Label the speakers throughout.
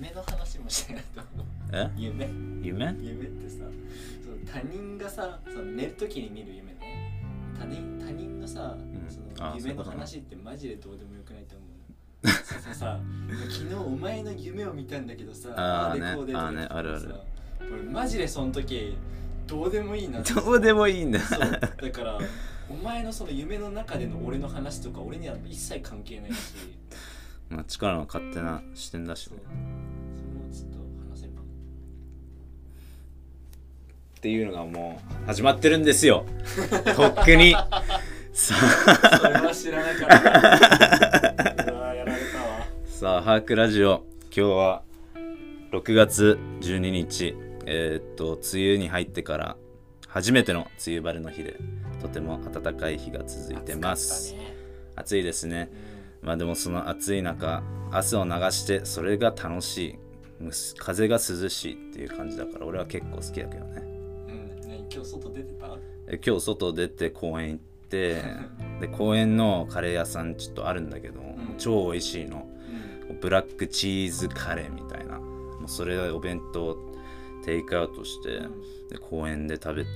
Speaker 1: もしれないと思う
Speaker 2: え
Speaker 1: 夢
Speaker 2: 夢
Speaker 1: 夢ってさその他人がさその寝るときに見る夢ね他人他人のさ、
Speaker 2: ん
Speaker 1: そ
Speaker 2: あ
Speaker 1: の夢
Speaker 2: ー
Speaker 1: の
Speaker 2: そういうことね
Speaker 1: 話ってマジでどうでもよくないと思うのそうそうさ昨日お前の夢を見たんだけどさ
Speaker 2: あー
Speaker 1: ー
Speaker 2: ね
Speaker 1: でこうでとか言って
Speaker 2: あーねあるある
Speaker 1: さ俺マジでその時どうでもいいなって
Speaker 2: どうでもいいんだ
Speaker 1: そうだからお前のその夢の中での俺の話とか俺には一切関係 ないし
Speaker 2: まあ力の勝手な視点だし
Speaker 1: そ
Speaker 2: ね
Speaker 1: うそれもちょっと話せば
Speaker 2: っていうのがもう始まってるんです よとっくにさあ
Speaker 1: それは知らなかったうわーやられたわ
Speaker 2: さあハークラジオ今日は6月12日えーっと梅雨に入ってから初めての梅雨晴れの日でとても暖かい日が続いてま
Speaker 1: 暑
Speaker 2: す
Speaker 1: かっ
Speaker 2: 暑いですね
Speaker 1: たね
Speaker 2: まあでもその暑い中汗を流してそれが楽しいむす風が涼しいっていう感じだから俺は結構好きだけど
Speaker 1: う
Speaker 2: ね
Speaker 1: ん、ね今日外出てた
Speaker 2: え今日外出て公園行 ってで公園のカレー屋さんちょっとあるんだけど、
Speaker 1: ん
Speaker 2: 超美味しいの
Speaker 1: うん
Speaker 2: ブラックチーズカレーみたいなもうそれお弁当テイクアウトしてで公園で食べて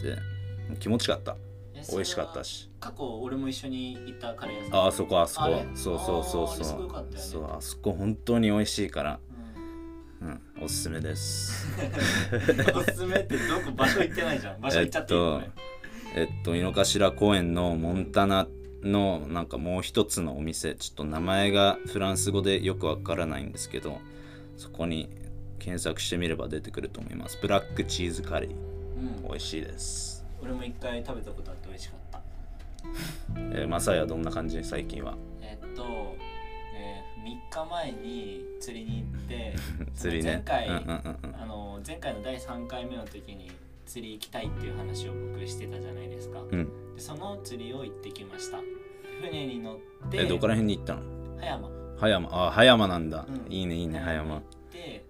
Speaker 2: 気持ちよかった
Speaker 1: えそれ
Speaker 2: 美
Speaker 1: は
Speaker 2: 味しかったし
Speaker 1: 過去俺も一緒に行ったカレー屋さん
Speaker 2: ああそこあそ
Speaker 1: あ
Speaker 2: こ
Speaker 1: れ
Speaker 2: そうそうそ
Speaker 1: あー
Speaker 2: う
Speaker 1: あ
Speaker 2: そ
Speaker 1: れすごいうかったよね
Speaker 2: そうあそこ本当に美味しいから、
Speaker 1: うん
Speaker 2: うん、おすすめです
Speaker 1: おすすめってどこ場所行ってないじゃん場所行っちゃっていいの、ね
Speaker 2: えっと井の頭公園のモンタナのなんかもう一つのお店ちょっと名前がフランス語でよくわからないんですけどそこに検索してみれば出てくると思いますブラックチーズカレー
Speaker 1: うん、
Speaker 2: 美味しいです、
Speaker 1: 俺も一回食べたことあって美味しかった
Speaker 2: えー、マサイはどんな感じ最近は
Speaker 1: えっと、えー、3日前に釣りに行って
Speaker 2: 釣りね
Speaker 1: 前回
Speaker 2: うんうんうん
Speaker 1: あの前回の第3回目の時に釣り行きたいっていう話を僕してたじゃないですか
Speaker 2: うんうん
Speaker 1: でその釣りを行ってきました船に乗って
Speaker 2: えどこら辺に行ったの
Speaker 1: 葉山行
Speaker 2: 葉山あ葉山なんだ、
Speaker 1: うん
Speaker 2: いいねいいね葉山
Speaker 1: ってで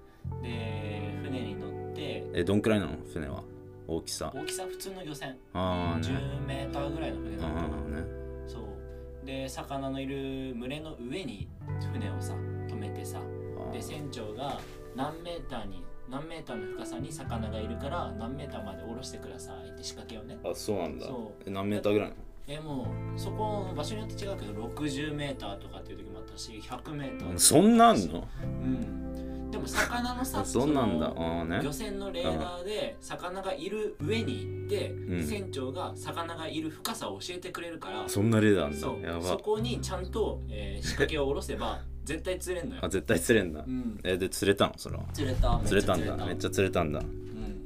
Speaker 1: 船に乗って
Speaker 2: えどんくらいなの船は大きさ
Speaker 1: 大きさ普通の漁船
Speaker 2: ああね
Speaker 1: 10メーターぐらいの船
Speaker 2: あ
Speaker 1: だったかな
Speaker 2: あね
Speaker 1: そうで魚のいる群れの上に船をさ止めてさ
Speaker 2: あ
Speaker 1: で
Speaker 2: ー
Speaker 1: 船長が何メーターに何メーターの深さに魚がいるから何メーターまで下ろしてくださいって仕掛けをね
Speaker 2: あそうなんだ
Speaker 1: そう
Speaker 2: え何メーターぐらいなの
Speaker 1: えもうそこの場所によって違うけど 60m とかっていう時もあったし 100m
Speaker 2: そんなんの
Speaker 1: うんでも魚のさ
Speaker 2: そんなんだ。
Speaker 1: その
Speaker 2: ああね
Speaker 1: 漁。船のレーダーで魚がいる上に行って、
Speaker 2: ん
Speaker 1: 船長が魚がいる深さを教えてくれるから
Speaker 2: そんなレーダー
Speaker 1: そう
Speaker 2: なんだ。や
Speaker 1: そ
Speaker 2: ば。
Speaker 1: こにちゃんと、えー仕掛けを下ろせば絶対釣れんのよ
Speaker 2: あ、、絶対釣れんだ
Speaker 1: う。ん、
Speaker 2: え、で、釣れたのそれは。
Speaker 1: 釣れためっちゃ
Speaker 2: 釣れたんだ。めっちゃ釣れたんだ。
Speaker 1: うん、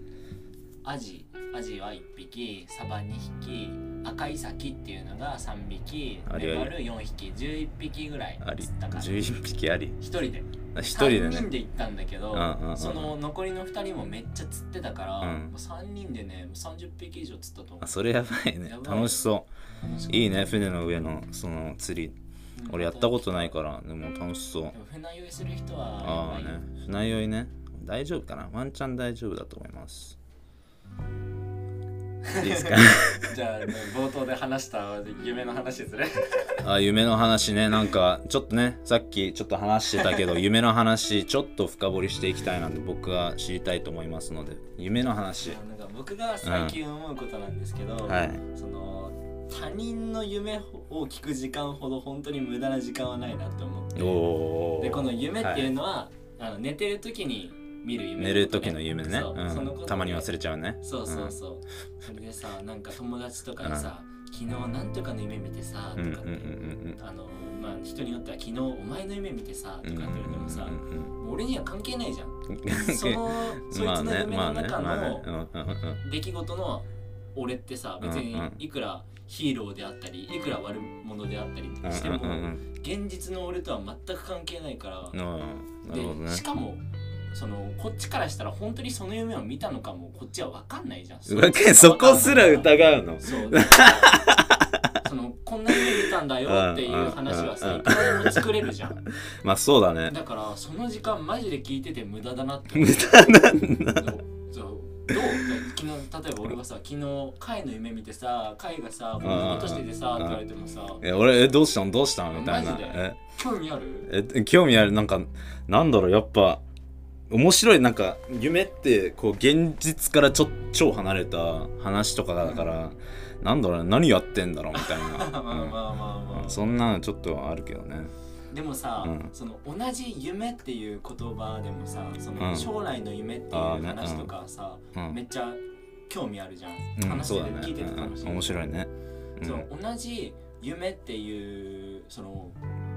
Speaker 1: アジアジは1匹サバ2匹赤イサキっていうのが3匹
Speaker 2: ありあ
Speaker 1: メ
Speaker 2: り
Speaker 1: バル4匹11匹ぐらい
Speaker 2: あり
Speaker 1: 釣った。から1
Speaker 2: 11匹あり。
Speaker 1: 人で
Speaker 2: あ一人で
Speaker 1: 3人
Speaker 2: ね。
Speaker 1: で行ったんだけど、
Speaker 2: うんうんうん
Speaker 1: その残りの2人もめっちゃ釣ってたから、
Speaker 2: うん
Speaker 1: もう3人でねもう30匹以上釣ったと思
Speaker 2: あ、それやばいね
Speaker 1: や。ばい
Speaker 2: 楽しそう
Speaker 1: 楽しかっ
Speaker 2: う。
Speaker 1: た
Speaker 2: いいね、船の上のその釣り。
Speaker 1: うん
Speaker 2: 俺やったことないから、でも楽しそう
Speaker 1: で。も船酔いする人は
Speaker 2: ああ
Speaker 1: やばいよ
Speaker 2: ね。船酔いね。大丈夫かなワンチャン大丈夫だと思います。いいですか
Speaker 1: じゃあ、ね、冒頭で話した夢の話する
Speaker 2: あ夢の話ねなんかちょっとねさっきちょっと話してたけど 夢の話ちょっと深掘りしていきたいなんで僕は知りたいと思いますので夢の話
Speaker 1: なんか僕が最近思うことなんですけど、
Speaker 2: はい
Speaker 1: その他人の夢を聞く時間ほど本当に無駄な時間はないなって思って
Speaker 2: おお
Speaker 1: でこの夢っていうのは、あの寝てる時に見る夢、
Speaker 2: 寝る時の夢ね、
Speaker 1: そう
Speaker 2: うん
Speaker 1: そのことね
Speaker 2: たまに忘れちゃうね
Speaker 1: そうそうそう、それでさなんか友達とかにさ、昨日なんとかの夢見てさ」
Speaker 2: う
Speaker 1: と
Speaker 2: んうん
Speaker 1: か
Speaker 2: う
Speaker 1: っ
Speaker 2: ん
Speaker 1: て、あのまあ人によっては「昨日お前の夢見てさ」とかっ
Speaker 2: うん
Speaker 1: て
Speaker 2: うん
Speaker 1: 言われてもさ、
Speaker 2: うん
Speaker 1: もう俺には関係ないじ ゃん
Speaker 2: うん
Speaker 1: そのそい
Speaker 2: ま
Speaker 1: つ
Speaker 2: あ
Speaker 1: の
Speaker 2: ね
Speaker 1: 夢
Speaker 2: まあ
Speaker 1: の
Speaker 2: ね
Speaker 1: 中
Speaker 2: まあ
Speaker 1: の
Speaker 2: ねうんうんうん
Speaker 1: 出来事の俺ってさ別に
Speaker 2: うんうん
Speaker 1: いくらヒーローであったりいくら悪者であったり
Speaker 2: うん
Speaker 1: しても
Speaker 2: うんうん
Speaker 1: 現実の俺とは全く関係ないか
Speaker 2: う
Speaker 1: ら
Speaker 2: んうんなるほ
Speaker 1: で
Speaker 2: どね
Speaker 1: しかもそのこっちからしたら本当にその夢を見たのかもこっちは分かんないじゃん
Speaker 2: うわけそこすら疑うの
Speaker 1: そうだからそのこんな夢見たんだよっていう話は
Speaker 2: うん
Speaker 1: さ
Speaker 2: うん
Speaker 1: いくらでも作れるじゃん
Speaker 2: まあそうだね
Speaker 1: だからその時間マジで聞いてて無駄だなって
Speaker 2: 無
Speaker 1: 思う
Speaker 2: 駄なんだ
Speaker 1: そうそうどう昨日例えば俺がさ昨日貝の夢見てさ貝がさこんなことしててさって言われてもさ
Speaker 2: え俺えどうしたのどうしたのみたいな
Speaker 1: マジで
Speaker 2: え
Speaker 1: 興味ある
Speaker 2: え興味あるなんかなんだろうやっぱ面白いなんか夢ってこう現実からちょ超離れた話とかだから、なんだろうな何やってんだろうみたい
Speaker 1: まあまあ
Speaker 2: な、
Speaker 1: まあま
Speaker 2: うん
Speaker 1: あ、
Speaker 2: そんなのちょっとあるけどね
Speaker 1: でもさ、
Speaker 2: うん
Speaker 1: その同じ夢っていう言葉でもさそうの
Speaker 2: ん
Speaker 1: 将来の夢っていう
Speaker 2: あーね
Speaker 1: 話とかさ、
Speaker 2: うん
Speaker 1: めっちゃ興味あるじゃん、
Speaker 2: うん
Speaker 1: 話
Speaker 2: そう
Speaker 1: して
Speaker 2: だ
Speaker 1: て聞
Speaker 2: ね
Speaker 1: いてて楽しい、
Speaker 2: うん面白いねうん
Speaker 1: その同じ夢っていうその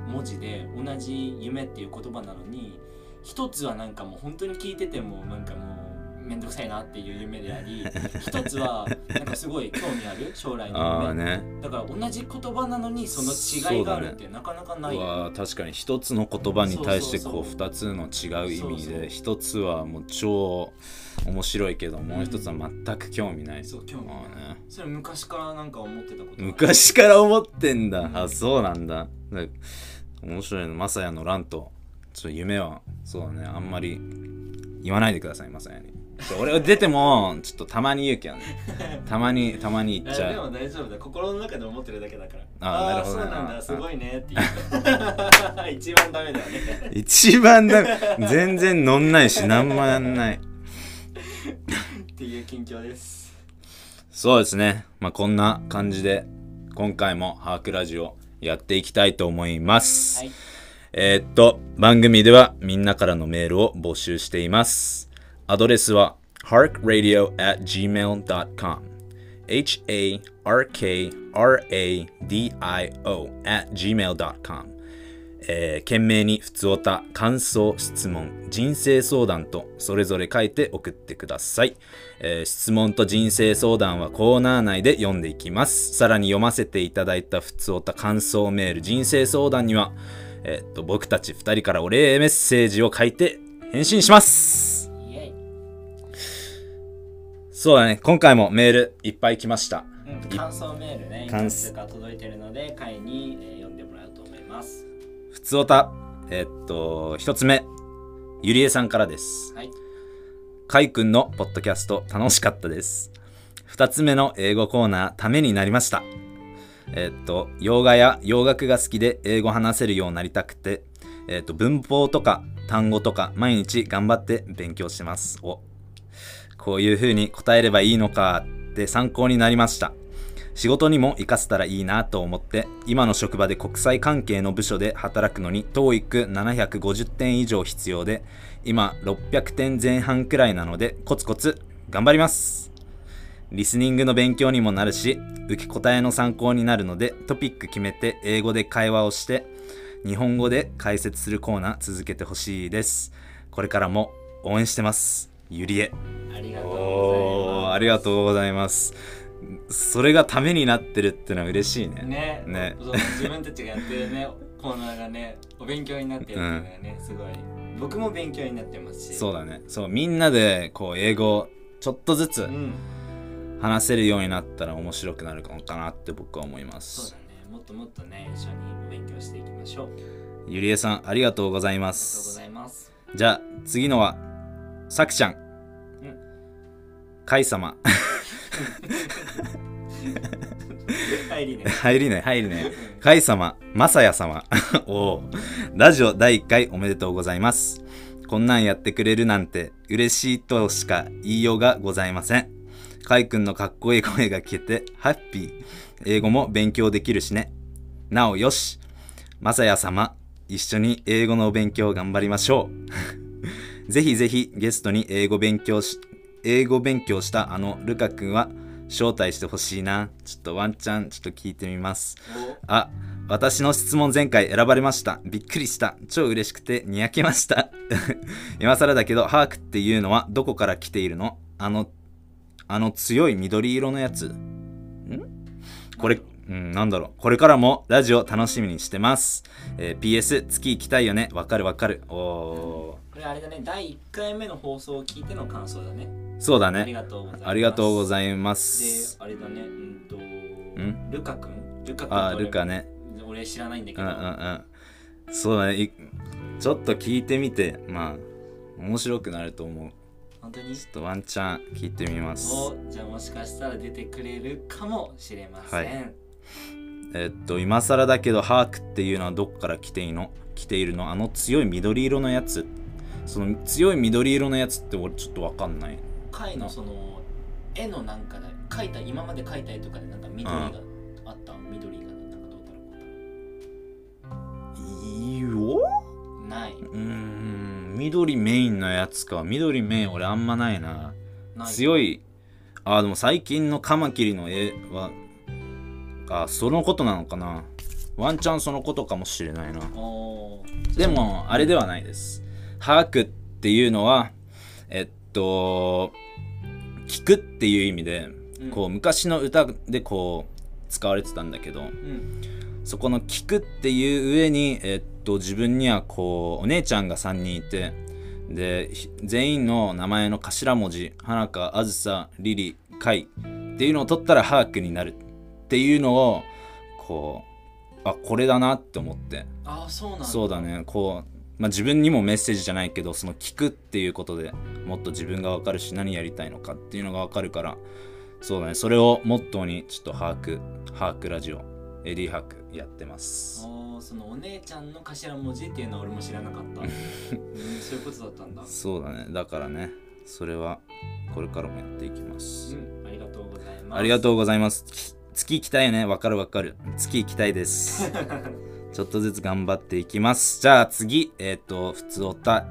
Speaker 1: 文字で同じ夢っていう言葉なのに一つはなんかもう本当に聞いててもなんかもうめんどくさいなっていう夢であ り一つはなんかすごい興味ある将来の
Speaker 2: ああ
Speaker 1: 夢、
Speaker 2: ね
Speaker 1: だから同じ言葉なのにその違いがあるってなかなかないうよね
Speaker 2: わー確かに一つの言葉に対してこう
Speaker 1: そう
Speaker 2: 二つの違う意味
Speaker 1: そうそう
Speaker 2: で一つはもう超面白いけども
Speaker 1: う
Speaker 2: うん一つは全く興味ない
Speaker 1: そう興味ない
Speaker 2: あーね
Speaker 1: それ昔からなんか思ってたことある
Speaker 2: 昔から思ってんだあそうなんだで面白いのまさやの乱とちょっと夢はそうだねあんまり言わないでくださいまさやにちょ俺は出てもちょっとたまに言うけどねたまにたまに言っち
Speaker 1: あで
Speaker 2: ゃう
Speaker 1: も大丈夫だ心の中で思ってるだけだから
Speaker 2: あなるほど
Speaker 1: あ
Speaker 2: ね
Speaker 1: ーそうなん
Speaker 2: あ
Speaker 1: だすごいねって言う 一番ダメだよね
Speaker 2: 一番だ全然乗んないし何もやんな
Speaker 1: っ
Speaker 2: い
Speaker 1: ていう近況です
Speaker 2: そうですね。まあ、こんな感じで、今回もハークラジオやっていきたいと思います。
Speaker 1: はい
Speaker 2: えーっと、番組ではみんなからのメールを募集しています。アドレスは harkradio.gmail.com harkradio.gmail.com えー、懸命に普通おた、感想、質問、人生相談とそれぞれ書いて送ってください。えー質問と人生相談はコーナー内で読んでいきます。さらに読ませていただいた普通おた感想メール、人生相談には、えーっと、僕たち二人からお礼メッセージを書いて返信します。
Speaker 1: イエイ、
Speaker 2: そうだね、今回もメールいっぱい来ました。
Speaker 1: うん、感想メールねい
Speaker 2: 感
Speaker 1: く
Speaker 2: 想
Speaker 1: つか届いてるので会に、えー読んでもらおうと思います
Speaker 2: 普通おた、えーっと、一つ目、ゆりえさんからです。
Speaker 1: はい
Speaker 2: かいくんのポッドキャスト楽しかったです。二つ目の英語コーナーためになりました。えーっと、洋画や洋楽が好きで英語話せるようになりたくて、えーっと、文法とか単語とか毎日頑張って勉強してます。お、こういう風に答えればいいのかって参考になりました。仕事にも活かせたらいいなと思って、今の職場で国際関係の部署で働くのに TOEIC750 点以上必要で、今600点前半くらいなのでコツコツ頑張りますリスニングの勉強にもなるし受け答えの参考になるのでトピック決めて英語で会話をして日本語で解説するコーナー続けてほしいですこれからも応援してますゆりえ
Speaker 1: ありがとうござい
Speaker 2: おー
Speaker 1: ます
Speaker 2: ありがとうございますそれがためになってるってのは嬉しいね
Speaker 1: ね
Speaker 2: ね
Speaker 1: そう自分たちがやってるね コーナーがねお勉強になってるっていうのがね、すごい僕も勉強になってますし
Speaker 2: そうだねそうみんなでこう英語をちょっとずつ
Speaker 1: うん
Speaker 2: 話せるようになったら面白くなるのかなって僕は思いま
Speaker 1: そう
Speaker 2: す
Speaker 1: だね。もっともっとね、一緒に勉強していきましょう。ありがとう
Speaker 2: ゆりえさんありがとうございま
Speaker 1: ご
Speaker 2: す
Speaker 1: ざいます。
Speaker 2: じゃあ次のはさくちゃん、
Speaker 1: ん
Speaker 2: かいさま
Speaker 1: 入りね。
Speaker 2: 入りね入りねかいさままさや様 おおラジオ第1回おめでとうございますこんなんやってくれるなんて嬉しいとしか言いようがございませんかいくんのかっこいい声が聞けてハッピー英語も勉強できるしねなおよしまさや様一緒に英語のお勉強を頑張りましょう ぜひぜひゲストに英語勉強し英語勉強したあのルカ君は招待してほしいなちょっとワンチャンちょっと聞いてみますあ、私の質問前回選ばれました。びっくりした。超嬉しくてにやけました。 今更だけど、ハークっていうのはどこから来ているのあの、あの強い緑色のやつ。んこれ、うん、なんだろう。これからもラジオ楽しみにしてます。えー PS、月行きたいよね。わかるわかる。お
Speaker 1: おこれあれだね、第1回目の放送を聞いての感想だね。
Speaker 2: ー。そうだ
Speaker 1: あり
Speaker 2: ね。
Speaker 1: がとうございます。
Speaker 2: ありがとうご
Speaker 1: い
Speaker 2: ざいま
Speaker 1: ます
Speaker 2: す。。
Speaker 1: で、あれだね、うんと、
Speaker 2: ん
Speaker 1: ルカ君ルカ君
Speaker 2: あ、
Speaker 1: と俺
Speaker 2: ルカね。
Speaker 1: 俺知らないんだけど、
Speaker 2: うんうんうん。そうだね。いちょっと聞いてみて、まあ、面白くなると思う。
Speaker 1: 本当に
Speaker 2: ちょっとワンチャン聞いてみます。
Speaker 1: おじゃあもしかしたら出てくれるかもしれません。
Speaker 2: はえっと、今更だけど、ハークっていうのはどこから来ていの来ているのあの強い緑色のやつ。その強い緑色のやつって俺ちょっとわかんない
Speaker 1: 貝のその絵のなんかで描いた今まで描いた絵とかでなんか緑があった緑がなんかどうたらこう
Speaker 2: いいよ
Speaker 1: たらないう
Speaker 2: ーん緑メインのやつか緑メイン俺あんまないな
Speaker 1: ない
Speaker 2: 強いあーでも最近のカマキリの絵はあそのことなのかなワンチャンそのことかもしれないな
Speaker 1: お
Speaker 2: でもあれではないです把握っていうのはえっと聞くっていう意味で
Speaker 1: ー
Speaker 2: こう昔の歌でこう使われてたんだけど
Speaker 1: うん、うん
Speaker 2: そこの聞くっていう上に、えっと、自分にはこうお姉ちゃんが3人いてでひ全員の名前の頭文字花香あずさりりかいっていうのを取ったらハークになるっていうのをこうあこれだなって思って
Speaker 1: ああそうなんだ
Speaker 2: そうだねこう、まあ、自分にもメッセージじゃないけどその聞くっていうことでもっと自分が分かるし何やりたいのかっていうのが分かるからそうだねそれをモットーにちょっと把握把握ラジオエディハークやってます
Speaker 1: おーそのお姉ちゃんの頭文字っていうのは俺も知らなか った、うん、そういうことだったんだ
Speaker 2: そうだねだからねそれはこれからもやっていきます
Speaker 1: うんありがとうございます
Speaker 2: ありが
Speaker 1: う
Speaker 2: とうございますき月行きたいね分かる分かる月行きたいですちょっとずつ頑張っていきますじゃあ次えっ、と普通おた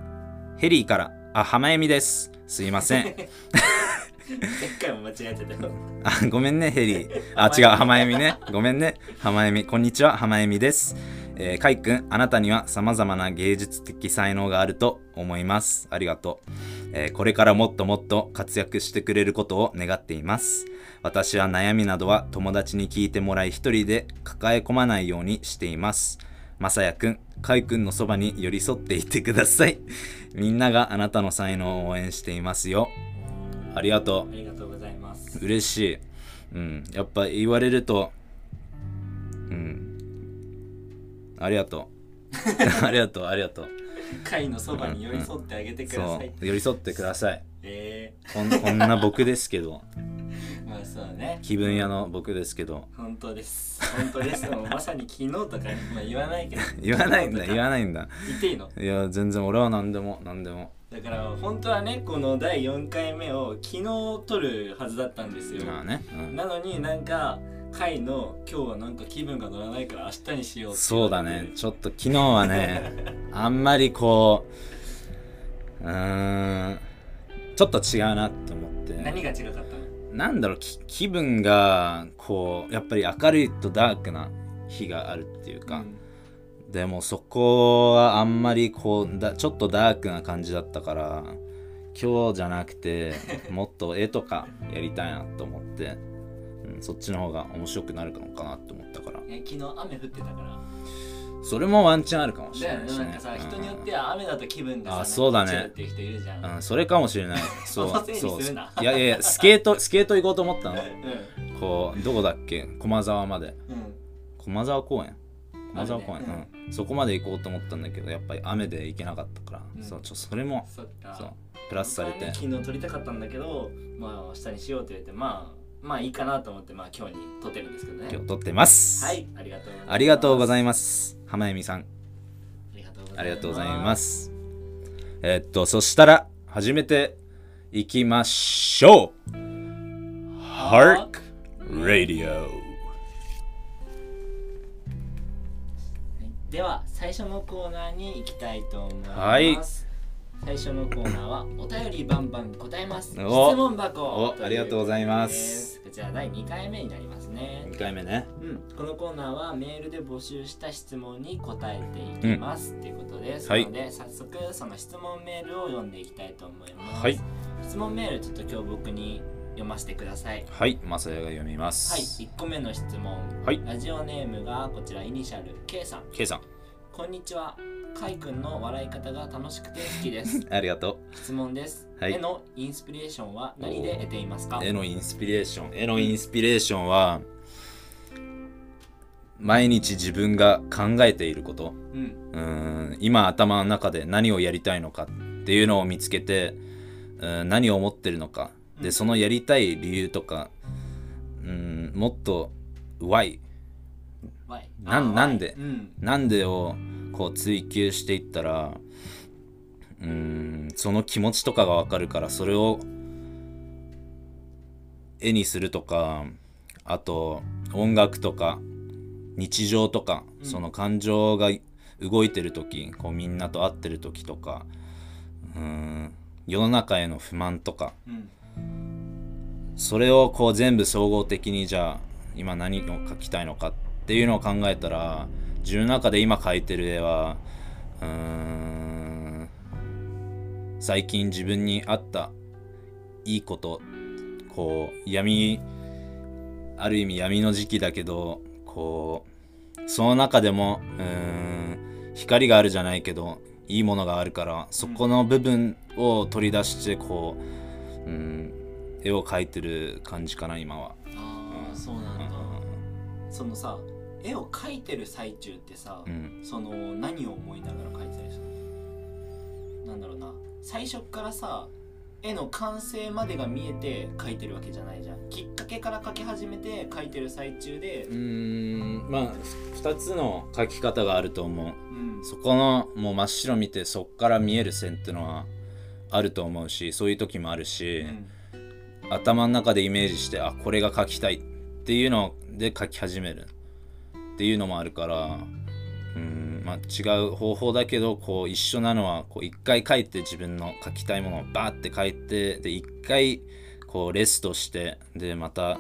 Speaker 2: ヘリーからあ浜恵美ですすいません
Speaker 1: 一回も間違えてたよ
Speaker 2: あ、 ごめんね、ヘリー。あ、違う、浜恵美ね。ごめんね、浜恵美。こんにちは、浜恵美です。えー、かいくん、あなたには様々な芸術的才能があると思います。ありがとう。えーこれからもっともっと活躍してくれることを願っています。私は悩みなどは友達に聞いてもらい一人で抱え込まないようにしています。まさやくん、かいくんのそばに寄り添っていてください。みんながあなたの才能を応援していますよ。ありがとう
Speaker 1: あ。りがとうございます
Speaker 2: 嬉しい、うん、やっぱ言われるとうんありがとう ありがとうありがとう
Speaker 1: 貝のそばに寄り添ってあげてくだ
Speaker 2: そ
Speaker 1: さい、
Speaker 2: う寄り添ってください
Speaker 1: え
Speaker 2: こん こんな僕ですけど
Speaker 1: えー、まあそうね
Speaker 2: 気分屋の僕ですけど
Speaker 1: 本当です本当ですもうまさに昨日とか、まあ、言わないけど
Speaker 2: 言わないんだ
Speaker 1: 昨日と
Speaker 2: 言
Speaker 1: か
Speaker 2: わないんだ
Speaker 1: 言っていいの
Speaker 2: いや全然俺は何でも何でも
Speaker 1: だから本当はねこの第4回目を昨日撮るはずだったんですよ
Speaker 2: まあね、うん
Speaker 1: なのになんか回の今日はなんか気分が乗らないから明日にしようって言
Speaker 2: そう
Speaker 1: わ
Speaker 2: だ
Speaker 1: れて
Speaker 2: ねちょっと昨日はねあんまりこううーんちょっと違うなって思って
Speaker 1: 何が違かったの
Speaker 2: なんだろうき気分がこうやっぱり明るいとダークな日があるっていうか、でもそこはあんまりこうだちょっとダークな感じだったから今日じゃなく てもっと絵とかやりたいなと思って、うん、そっちの方が面白くなるのかなと思ったから
Speaker 1: うんえ昨日雨降ってたから
Speaker 2: それもワンチャンあるかもし
Speaker 1: だよ
Speaker 2: れない
Speaker 1: ね
Speaker 2: し、ね、
Speaker 1: なんかさ、
Speaker 2: うん
Speaker 1: 人によっては雨だと気分がさ
Speaker 2: あそうだね
Speaker 1: なんか落ちるっていう人いるじゃん、
Speaker 2: うん、それかもしれ ないそう
Speaker 1: そのせいに
Speaker 2: そう
Speaker 1: するない
Speaker 2: やいやいやスケートスケート行こうと思ったの
Speaker 1: う
Speaker 2: こうどこだっけ駒沢まで
Speaker 1: んうん
Speaker 2: 駒沢公園駒沢公園、
Speaker 1: あるね
Speaker 2: うんそこまで行こうと思ったんだけどやっぱり雨で行けなかったから、
Speaker 1: うん
Speaker 2: そうちょそれも
Speaker 1: そっか
Speaker 2: そうプラスされて、
Speaker 1: 本当はね昨日撮りたかったんだけどまあ明日にしようって言ってまあまあいいかなと思ってまあ今日に撮ってるんですけどね
Speaker 2: 今日撮ってます、
Speaker 1: はいありがとうございます
Speaker 2: ありがとうご
Speaker 1: い
Speaker 2: ざいます浜恵美さん
Speaker 1: ます
Speaker 2: ありがとうございますえっとそしたら始めていきましょう Hark Radio
Speaker 1: では最初のコーナーに行きたいと思います、最初のコーナーはお便りバンバン答えます質
Speaker 2: お
Speaker 1: 問箱
Speaker 2: おありがとうございます
Speaker 1: こちら第2回目になりますね
Speaker 2: 2回目ね
Speaker 1: うん、このコーナーはメールで募集した質問に答えていきますっていうことです、
Speaker 2: はい
Speaker 1: ので早速その質問メールを読んでいきたいと思います、
Speaker 2: はい
Speaker 1: 質問メールちょっと今日僕に読ませてください
Speaker 2: はいマサヤが読みま
Speaker 1: はい
Speaker 2: す
Speaker 1: 1個目の質問、
Speaker 2: はい
Speaker 1: ラジオネームがこちらイニシャル K さん
Speaker 2: K さん
Speaker 1: こんにちはかいくんの笑い方が楽しくて好きです
Speaker 2: ありがと
Speaker 1: 質問です、
Speaker 2: はい
Speaker 1: 絵のインスピレーションは何で得ていますか
Speaker 2: う絵のインスピレーション絵のインスピレーションは毎日自分が考えていること
Speaker 1: うん
Speaker 2: うーん今頭の中で何をやりたいのかっていうのを見つけてうーん何を思ってるのか
Speaker 1: う
Speaker 2: で
Speaker 1: ん
Speaker 2: そのやりたい理由とかうーんもっと why
Speaker 1: why？
Speaker 2: なん
Speaker 1: あー
Speaker 2: なんで
Speaker 1: why？うん
Speaker 2: なんでをこう追求していったらうーんその気持ちとかがわかるからそれを絵にするとかあと音楽とか日常とか、
Speaker 1: うん
Speaker 2: その感情が動いてる時こうみんなと会ってる時とかうーん世の中への不満とか
Speaker 1: うん
Speaker 2: それをこう全部総合的にじゃあ今何を描きたいのかっていうのを考えたら自分の中で今描いてる絵はうーん最近自分に合ったいいことこう闇ある意味闇の時期だけどこうその中でもうーん光があるじゃないけどいいものがあるからそこの部分を取り出してこう、うん、絵を描いてる感じかな今は。
Speaker 1: ああそうなんだ、そのさ絵を描いてる最中ってさ、
Speaker 2: うん
Speaker 1: その何を思いながら描いてたりするのなんだろうな最初っからさ絵の完成までが見えて描いてるわけじゃないじゃんきっかけから描き始めて描いてる最中で
Speaker 2: うーんまあ2つの描き方があると思う。
Speaker 1: うん
Speaker 2: そこのもう真っ白見てそっから見える線ってのはあると思うしそういう時もある
Speaker 1: う
Speaker 2: し。
Speaker 1: ん
Speaker 2: 頭の中でイメージしてあこれが描きたいっていうので描き始めるっていうのもあるからうんまあ違う方法だけどこう一緒なのはこう一回描いて自分の描きたいものをバーって描いてで一回こうレストしてでまた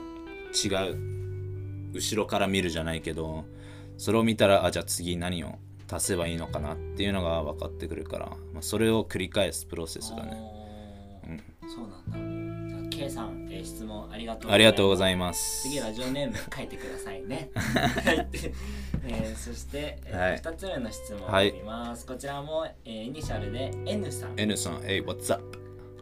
Speaker 2: 違う後ろから見るじゃないけどそれを見たらあじゃあ次何を足せばいいのかなっていうのが分かってくるから、まあ、それを繰り返すプロセスだね。
Speaker 1: あーそうなんだじゃあ K さん、えー質問ありがとう
Speaker 2: ありがとうご
Speaker 1: います
Speaker 2: ざいます。
Speaker 1: 次ラジオネーム書いてください ね。はいえーそして、え
Speaker 2: はい
Speaker 1: 2つ目の質問を
Speaker 2: はい
Speaker 1: 読みます。こちらも、えーイニシャルで N さん。
Speaker 2: N さん、Hey, what's up?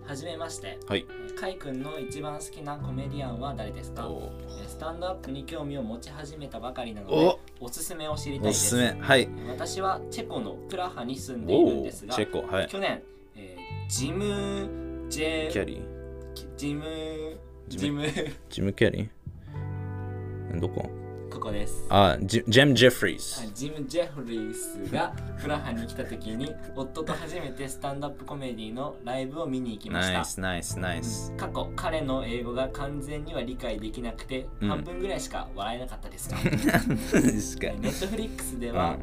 Speaker 1: はじめまして。
Speaker 2: はい。
Speaker 1: えーカイ君の一番好きなコメディアンは誰ですか
Speaker 2: お
Speaker 1: えースタンドアップに興味を持ち始めたばかりなので
Speaker 2: お
Speaker 1: おすすめを知りたい
Speaker 2: お
Speaker 1: ですす
Speaker 2: すめ。はい。
Speaker 1: 私はチェコのプラハに住んでいるん
Speaker 2: お
Speaker 1: ですが
Speaker 2: チェコ、はい。
Speaker 1: 去年、えージムジェ
Speaker 2: キャリー。
Speaker 1: ジム
Speaker 2: ジ
Speaker 1: ジム
Speaker 2: ジム・キャリーどこ
Speaker 1: ここです
Speaker 2: あ、ジジェム・ジェフリーズ。
Speaker 1: ジム・ジェフリースがフラハに来た時に夫と初めてスタンダップコメディのライブを見に行きまし
Speaker 2: ナイ
Speaker 1: た
Speaker 2: ス、ナイス、ナイス。
Speaker 1: 過去彼の英語が完全には理解できなくて、
Speaker 2: うん
Speaker 1: 半分ぐらいしか笑えなかった ですが
Speaker 2: ですか
Speaker 1: ネ。ットフリックスでは、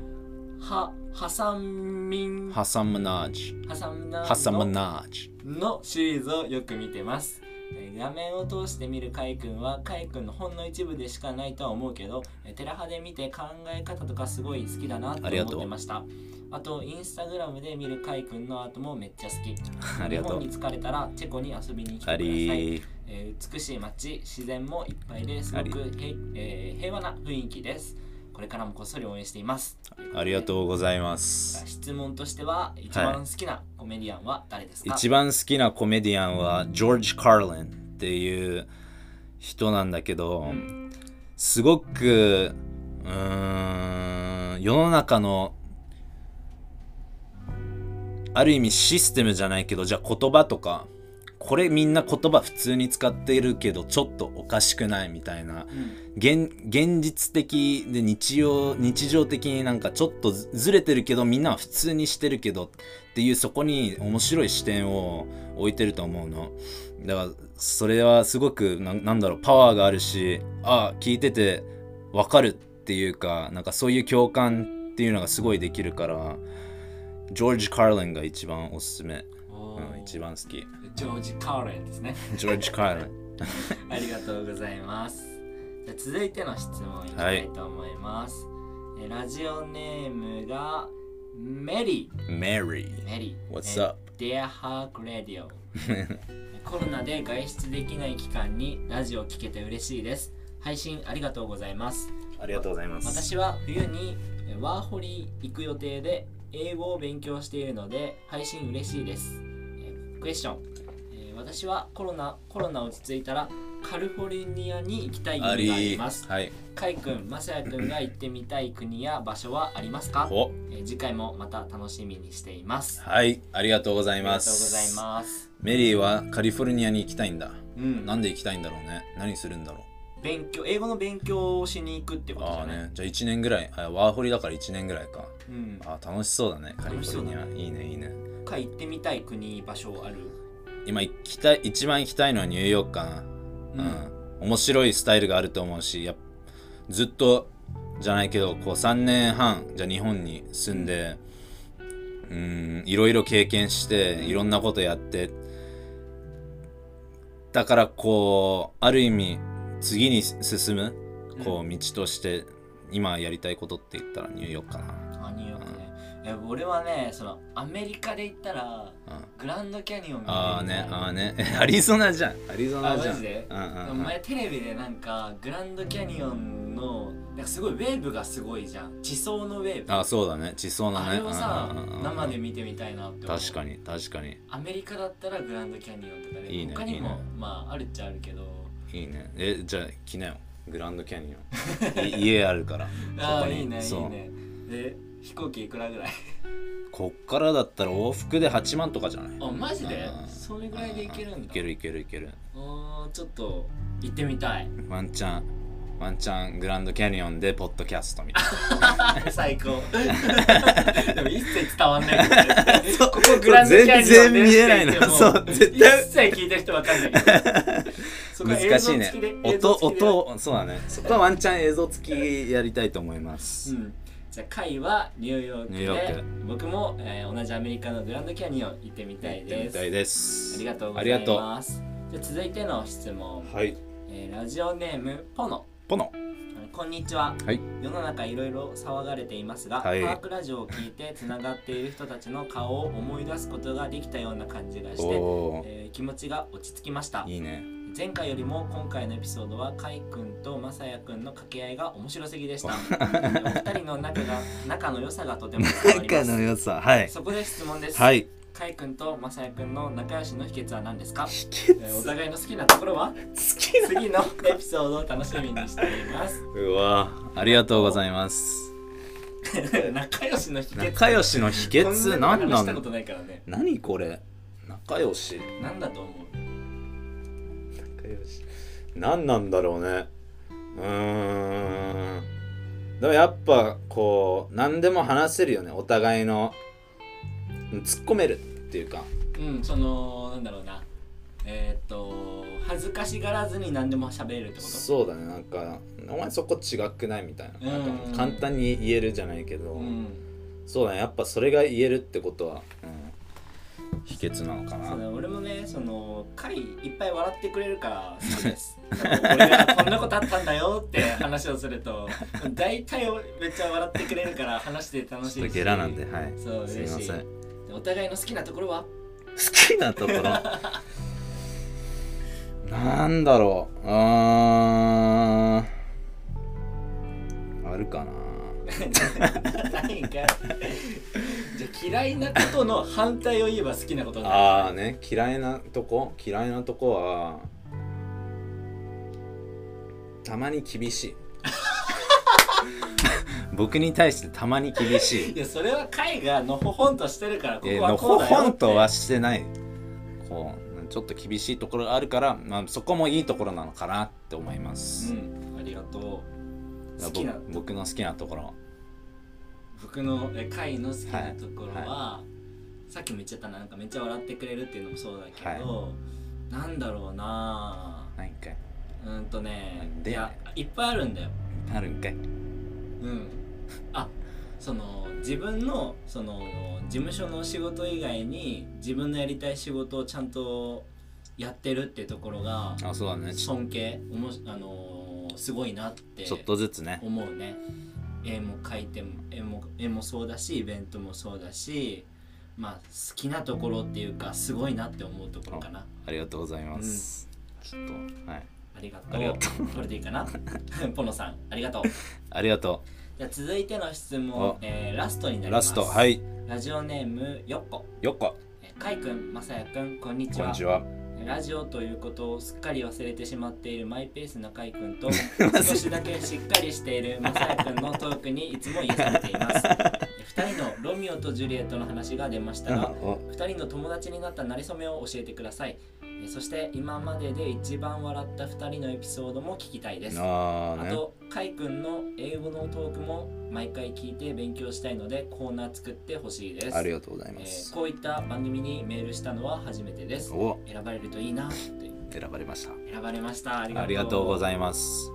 Speaker 1: ハハサミンハ
Speaker 2: ハサム・ナージ。
Speaker 1: サムナ
Speaker 2: ハサム・
Speaker 1: の
Speaker 2: ナージ。
Speaker 1: のシリーズをよく見てますえー画面を通して見るカイ君はカイ君のほんの一部でしかないとは思うけどえーテラハで見て考え方とかすごい好きだなと
Speaker 2: ありがとう
Speaker 1: 思ってましたあとインスタグラムで見るカイ君のアートもめっちゃ好き
Speaker 2: ありがと
Speaker 1: 日本に
Speaker 2: う。
Speaker 1: 疲れたらチェコに遊びに来てくださ
Speaker 2: あ
Speaker 1: い、
Speaker 2: りー。
Speaker 1: えー美しい街自然もいっぱいですご
Speaker 2: あり
Speaker 1: くへい、えー平和な雰囲気ですこれからもこっそり応援しています
Speaker 2: ありが
Speaker 1: う
Speaker 2: とうございます。
Speaker 1: 質問としては一番好きなコメディアンは誰ですか、
Speaker 2: 一番好きなコメディアンはジョージ・カーリンっていう人なんだけど、すごくうーん世の中のある意味システムじゃないけどじゃあ言葉とかこれみんな言葉普通に使ってるけどちょっとおかしくないみたいな
Speaker 1: うん
Speaker 2: 現現実的で日常日常的になんかちょっとずずれてるけどみんなは普通にしてるけどっていうそこに面白い視点を置いてると思うのだからそれはすごくななんだろうパワーがあるしああ聞いててわかるっていうかなんかそういう共感っていうのがすごいできるからジョージ・カーリンが一番おすすめ、
Speaker 1: お
Speaker 2: う
Speaker 1: ー
Speaker 2: ん、一番好き
Speaker 1: ジョージ・カーレンですね
Speaker 2: ジョージ・カーリン
Speaker 1: ありがとうございますじゃあ続いての質問いきたいと思います、えーラジオネームがメリー
Speaker 2: メリー
Speaker 1: メリー
Speaker 2: What's up?
Speaker 1: デアハークレディオ コロナで外出できない期間にラジオを聞けて嬉しいです配信ありがとうございます
Speaker 2: ありがとうございます
Speaker 1: 私は冬にえワーホリ行く予定で英語を勉強しているので配信嬉しいですえクエスチョンえー私はコロナコロナ落ち着いたらカリフォルニアに行きたい
Speaker 2: あ
Speaker 1: 夢があり
Speaker 2: り
Speaker 1: ます
Speaker 2: はい
Speaker 1: カイ君マサヤ君が行ってみたい国や場所はありますか、
Speaker 2: お
Speaker 1: えー次回もまた楽しみにしています
Speaker 2: はい、ありがとうござ
Speaker 1: あ
Speaker 2: い
Speaker 1: りが
Speaker 2: ま
Speaker 1: と
Speaker 2: す。
Speaker 1: うございます
Speaker 2: メリーはカリフォルニアに行きたいんだ。
Speaker 1: うん
Speaker 2: なんで行きたいんだろうね。何するんだろ
Speaker 1: 勉強英語の勉強をしに行くって
Speaker 2: う。
Speaker 1: ことじ
Speaker 2: あ
Speaker 1: ゃ
Speaker 2: あ
Speaker 1: ない、
Speaker 2: ね、じゃあ1年ぐらい。あワーホリだから1年ぐらいか。
Speaker 1: うん、
Speaker 2: あー楽しそうだね、カリフォルニ
Speaker 1: 楽しそうだ
Speaker 2: ア。いいね、いいね。
Speaker 1: か行ってみたい国場所ある
Speaker 2: 今行きたい一番行きたいのはニューヨークかな、うん面白いスタイルがあると思うしやっずっとじゃないけどこう3年半じゃあ日本に住んでうんいろいろ経験していろんなことやってだからこうある意味次に進むこう道として今やりたいことって言ったらニューヨークかな、
Speaker 1: あニューヨークね、いや俺はねそのアメリカで行ったら
Speaker 2: うん、
Speaker 1: グランドキャニオン見てみたい
Speaker 2: ああねああね アリゾナじゃんアリゾナ
Speaker 1: あ
Speaker 2: じ
Speaker 1: マ
Speaker 2: ゃん
Speaker 1: ジで
Speaker 2: うんうんうん
Speaker 1: 前テレビでなんかグランドキャニオンのなんかすごいウェーブがすごいじゃん地層のウェーブ
Speaker 2: あそうだね地層だね
Speaker 1: あれをさ
Speaker 2: うんうんうんうん
Speaker 1: 生で見てみたいなって思う
Speaker 2: 確かに確かに
Speaker 1: アメリカだったらグランドキャニオンとかね
Speaker 2: いいね
Speaker 1: 他にも
Speaker 2: いいね
Speaker 1: まああるっちゃあるけど
Speaker 2: いいねえじゃあ来なよグランドキャニオンい 家あるから
Speaker 1: あ
Speaker 2: こ
Speaker 1: あ
Speaker 2: に
Speaker 1: いいねい
Speaker 2: そう
Speaker 1: いねで飛行機いくらぐ らい
Speaker 2: こっからだったら往復で8万とかじゃない
Speaker 1: あマジで
Speaker 2: うん
Speaker 1: それぐらいでいけるんだ
Speaker 2: いけるいけるいける
Speaker 1: あーちょっと行ってみたい
Speaker 2: ワンチャンワンチャングランドキャニオンでポッドキャストみたい な
Speaker 1: 最高でも一切伝わんないけどね
Speaker 2: そう
Speaker 1: ここグランドキャニオン
Speaker 2: 全然見えない
Speaker 1: ですって言
Speaker 2: の
Speaker 1: っても
Speaker 2: そう絶対
Speaker 1: 一切聞いた人 わかんないけどそこは映像
Speaker 2: 難しいね
Speaker 1: 付きで映
Speaker 2: 音
Speaker 1: 像付きで
Speaker 2: 音をそうだねそこはワンチャン映像付きやりたいと思います、
Speaker 1: うんじゃあ会はニューヨークで
Speaker 2: ニューヨーク
Speaker 1: 僕も、えー同じアメリカのグランドキャニオン行ってみたい
Speaker 2: 行って
Speaker 1: で
Speaker 2: み
Speaker 1: す
Speaker 2: たいです
Speaker 1: ありがとうござ
Speaker 2: あり
Speaker 1: い
Speaker 2: が
Speaker 1: ますじゃあ続いての質問、
Speaker 2: とうはい
Speaker 1: えーラジオネームポノ
Speaker 2: ポノ
Speaker 1: こんにちは
Speaker 2: はい
Speaker 1: 世の中いろいろ騒がれていますが、
Speaker 2: はい
Speaker 1: パークラジオを聞いてつながっている人たちの顔を思い出すことができたような感じがし
Speaker 2: お
Speaker 1: て、
Speaker 2: お
Speaker 1: えー気持ちが落ち着きました
Speaker 2: ーいいね
Speaker 1: 前回よりも今回のエピソードはカイくんとマサヤくんの掛け合いが面白すぎでした お二人の仲が仲の良さがとても伝わりま
Speaker 2: の
Speaker 1: す
Speaker 2: 良さはい
Speaker 1: そこで質問です、
Speaker 2: はい
Speaker 1: カイくんとマサヤくんの仲良しの秘訣は何ですか、
Speaker 2: 好
Speaker 1: えーお互いの好きなところは
Speaker 2: き
Speaker 1: 次のエピソードを楽しみにしています
Speaker 2: うわありがとうございます
Speaker 1: 仲良しの秘訣
Speaker 2: 仲良しの秘訣
Speaker 1: こ
Speaker 2: 何
Speaker 1: んなの話
Speaker 2: な
Speaker 1: したこ
Speaker 2: の
Speaker 1: とないからね
Speaker 2: 何これ仲良し
Speaker 1: 何だと思う
Speaker 2: 仲良し何なんだろうねうーんでもやっぱこう何でも話せるよねお互いの突っ込めるっていうか
Speaker 1: うんそのなんだろうなえーっと恥ずかしがらずに何でも喋れるってこと
Speaker 2: そうだねなんか「お前そこ違くない?」みたいななんかもう
Speaker 1: うん
Speaker 2: 簡単に言えるじゃないけど、
Speaker 1: うん
Speaker 2: そうだねやっぱそれが言えるってことは、うん、秘訣なのか
Speaker 1: そう
Speaker 2: な
Speaker 1: だ俺もねその回いっぱい笑ってくれるから好きです 俺がこんなことあったんだよって話をすると大体めっちゃ笑ってくれるから話して楽し
Speaker 2: ちょっ
Speaker 1: い
Speaker 2: と
Speaker 1: し
Speaker 2: ゲラなんではい
Speaker 1: そう
Speaker 2: す
Speaker 1: 嬉
Speaker 2: い
Speaker 1: し
Speaker 2: ま
Speaker 1: い
Speaker 2: せん好
Speaker 1: お互いの好きなところは
Speaker 2: きなところ なんだろううーんあるかな
Speaker 1: 何 かじゃあ嫌いなことの反対を言えば好きなことになる
Speaker 2: ああね嫌いなとこ嫌いなとこはたまに厳 しい僕に対してたまに厳しい
Speaker 1: いやそれは海がのほほんとしてるからこ
Speaker 2: え
Speaker 1: こ
Speaker 2: ーの
Speaker 1: はこ
Speaker 2: ほ
Speaker 1: うだよ
Speaker 2: ほ
Speaker 1: っ
Speaker 2: ん
Speaker 1: て
Speaker 2: とはしてないこうちょっと厳しいところがあるから、まあ、そこもいいところなのかなって思いま
Speaker 1: う
Speaker 2: す、
Speaker 1: んありがとう
Speaker 2: だから
Speaker 1: 好きな
Speaker 2: 僕僕の好きなところ
Speaker 1: 僕のえ会の好きなところは、
Speaker 2: はい
Speaker 1: さっきも言っちゃったななんかめっちゃ笑ってくれるっていうのもそうだけど、なんだろうな
Speaker 2: 何回
Speaker 1: うーんとね
Speaker 2: で
Speaker 1: いやいっぱいあるんだよ
Speaker 2: あるんかい
Speaker 1: うんあその自分のその事務所の仕事以外に自分のやりたい仕事をちゃんとやってるってところが
Speaker 2: あそうだねちょ
Speaker 1: 尊敬おもしあのーすごいなって
Speaker 2: ちょっとずつね
Speaker 1: 思うね絵も描いても絵も絵もそうだしイベントもそうだしまあ好きなところっていうかすごいなって思うところかな
Speaker 2: ありがとうございます、ちょっとはい
Speaker 1: ありがとう
Speaker 2: ありがとう
Speaker 1: これでいいかな ポノさんありがとう
Speaker 2: ありがと
Speaker 1: じゃあ続いての質
Speaker 2: あ
Speaker 1: 問、えーラストにな
Speaker 2: う
Speaker 1: りま
Speaker 2: ラ
Speaker 1: す
Speaker 2: ストはい
Speaker 1: ラジオネームよっこ
Speaker 2: よっこ
Speaker 1: えーかいくんまさやくんこんにち
Speaker 2: こん
Speaker 1: は
Speaker 2: にちは
Speaker 1: ラジオということをすっかり忘れてしまっているマイペースなカイ君 と少しだけしっかりしているマサヤ君のトークにいつも癒され ています二人のロミオとジュリエットの話が出ましたが
Speaker 2: お
Speaker 1: 二人の友達になった馴れ初めを教えてくださいえーそして今までで一番笑った2人のエピソードも聞きたいです
Speaker 2: ああ
Speaker 1: あ
Speaker 2: ね
Speaker 1: と、かいくんの英語のトークも毎回聞いて勉強したいのでコーナー作ってほしいです。
Speaker 2: ありがとうございま
Speaker 1: えー
Speaker 2: す、
Speaker 1: こういった番組にメールしたのは初めてです。
Speaker 2: お
Speaker 1: 選ばれるといいなって
Speaker 2: 選ばれました
Speaker 1: 選ばれました。ありがとう
Speaker 2: ありがとうござい
Speaker 1: ま
Speaker 2: ます
Speaker 1: す。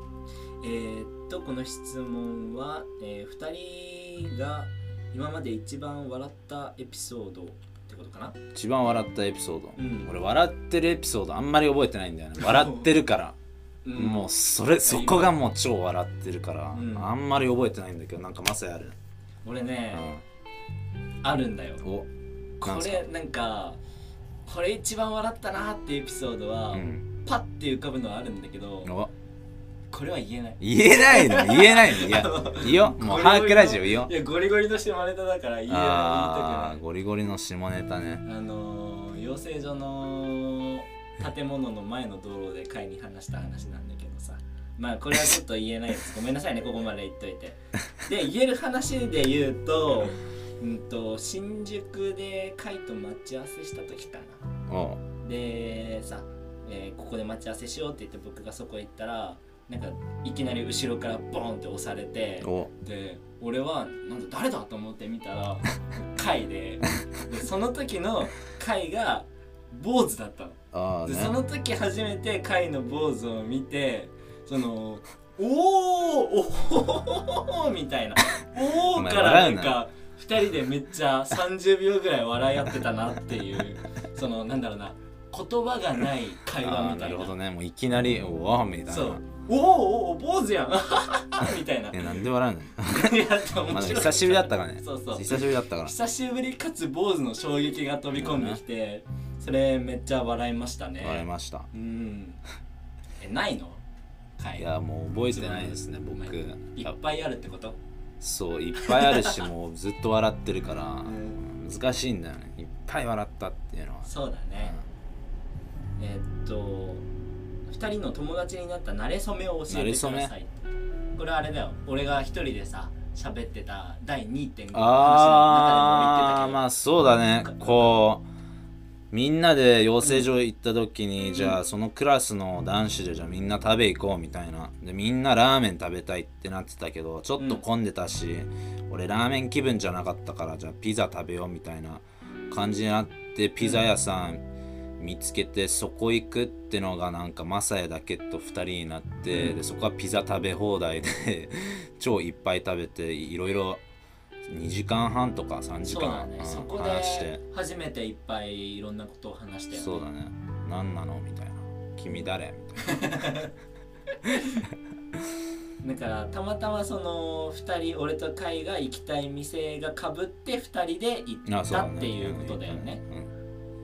Speaker 1: えーっと、この質問は、え2人が今まで一番笑ったエピソードってことかな
Speaker 2: 一番笑ったエピソード、
Speaker 1: うん
Speaker 2: 俺笑ってるエピソードあんまり覚えてないん だよね笑ってるから
Speaker 1: うん
Speaker 2: もうそれそこがもう超笑ってるから、
Speaker 1: うん
Speaker 2: あんまり覚えてないんだけどなんかまさやある、
Speaker 1: 俺ね、あるんだよ。
Speaker 2: うん、お
Speaker 1: こ
Speaker 2: なんすか
Speaker 1: れなんか、これ一番笑ったなってエピソードは、
Speaker 2: うん
Speaker 1: パッて浮かぶのはあるんだけど
Speaker 2: お
Speaker 1: これは言えない
Speaker 2: 言えないの言えないの いやいいよもうハークラジオいいよ
Speaker 1: いやゴリゴリの下ネタだから言えない言いたく
Speaker 2: あ
Speaker 1: ない
Speaker 2: ーゴリゴリの下ネタね
Speaker 1: あのー、養成所の建物の前の道路で会に話した話なんだけどさまあこれはちょっと言えないですごめんなさいねここまで言っといてで言える話で言うとうんと新宿で会と待ち合わせした時かな
Speaker 2: おう
Speaker 1: でさ、えーここで待ち合わせしようって言って僕がそこ行ったらなんかいきなり後ろからボーンって押されて
Speaker 2: お
Speaker 1: で俺はなんだ誰だと思って見た ら貝ででその時の貝が坊主だったの
Speaker 2: ああ
Speaker 1: でそ
Speaker 2: ね
Speaker 1: の時初めて貝の坊主を見てその「おーおほほほほみたいな「お
Speaker 2: お
Speaker 1: ー」
Speaker 2: 前
Speaker 1: からな
Speaker 2: 笑うんな
Speaker 1: か2人でめっちゃ30秒ぐらい笑い合ってたなっていうそのなんだろうな言葉がない会
Speaker 2: あ
Speaker 1: 話
Speaker 2: あ
Speaker 1: みた
Speaker 2: ないる
Speaker 1: な
Speaker 2: ほどねもういきなりおわみたい
Speaker 1: そう
Speaker 2: な
Speaker 1: 「おーおー坊主やん みたいな
Speaker 2: えなんで笑うの
Speaker 1: いやで も面白い
Speaker 2: まだ久しぶりだったからね
Speaker 1: そうそう
Speaker 2: 久しぶりだったから
Speaker 1: 久しぶりかつ坊主の衝撃が飛び込んできて、それめっちゃ笑いましたね
Speaker 2: 笑いました
Speaker 1: うんえないのかい
Speaker 2: いやもう覚えてないですね
Speaker 1: お
Speaker 2: 僕
Speaker 1: 前いっぱいあるってこと
Speaker 2: そういっぱいあるしもうずっと笑ってる から
Speaker 1: ん
Speaker 2: 難しいんだよねいっぱい笑ったっていうのは
Speaker 1: そうだねえーっと2人の友達になった慣れ初めを教えてくだ
Speaker 2: 馴れ
Speaker 1: さ
Speaker 2: 初
Speaker 1: いこれあれだよ俺が一人でさ喋ってた第2.5の
Speaker 2: あ
Speaker 1: 話の中でも言ってたけ
Speaker 2: あ
Speaker 1: ど
Speaker 2: まあそうだねこうみんなで養成所行った時に、じゃあそのクラスの男子でじゃあみんな食べ行こうみたいなでみんなラーメン食べたいってなってたけどちょっと混んでたし、俺ラーメン気分じゃなかったからじゃあピザ食べようみたいな感じになってピザ屋さん見つけてそこ行くってのがなんかマサヤだけと2人になって、でそこはピザ食べ放題で超いっぱい食べていろいろ2時間半とか3時
Speaker 1: そうだ
Speaker 2: 間、
Speaker 1: ね
Speaker 2: うん
Speaker 1: そこ
Speaker 2: 話して
Speaker 1: で初めていっぱいいろんなことを話して
Speaker 2: そうだね何なのみたいな君誰みたい
Speaker 1: だからたまたまその2人俺と海が行きたい店がかぶって2人で行
Speaker 2: な
Speaker 1: ったっていうことだよね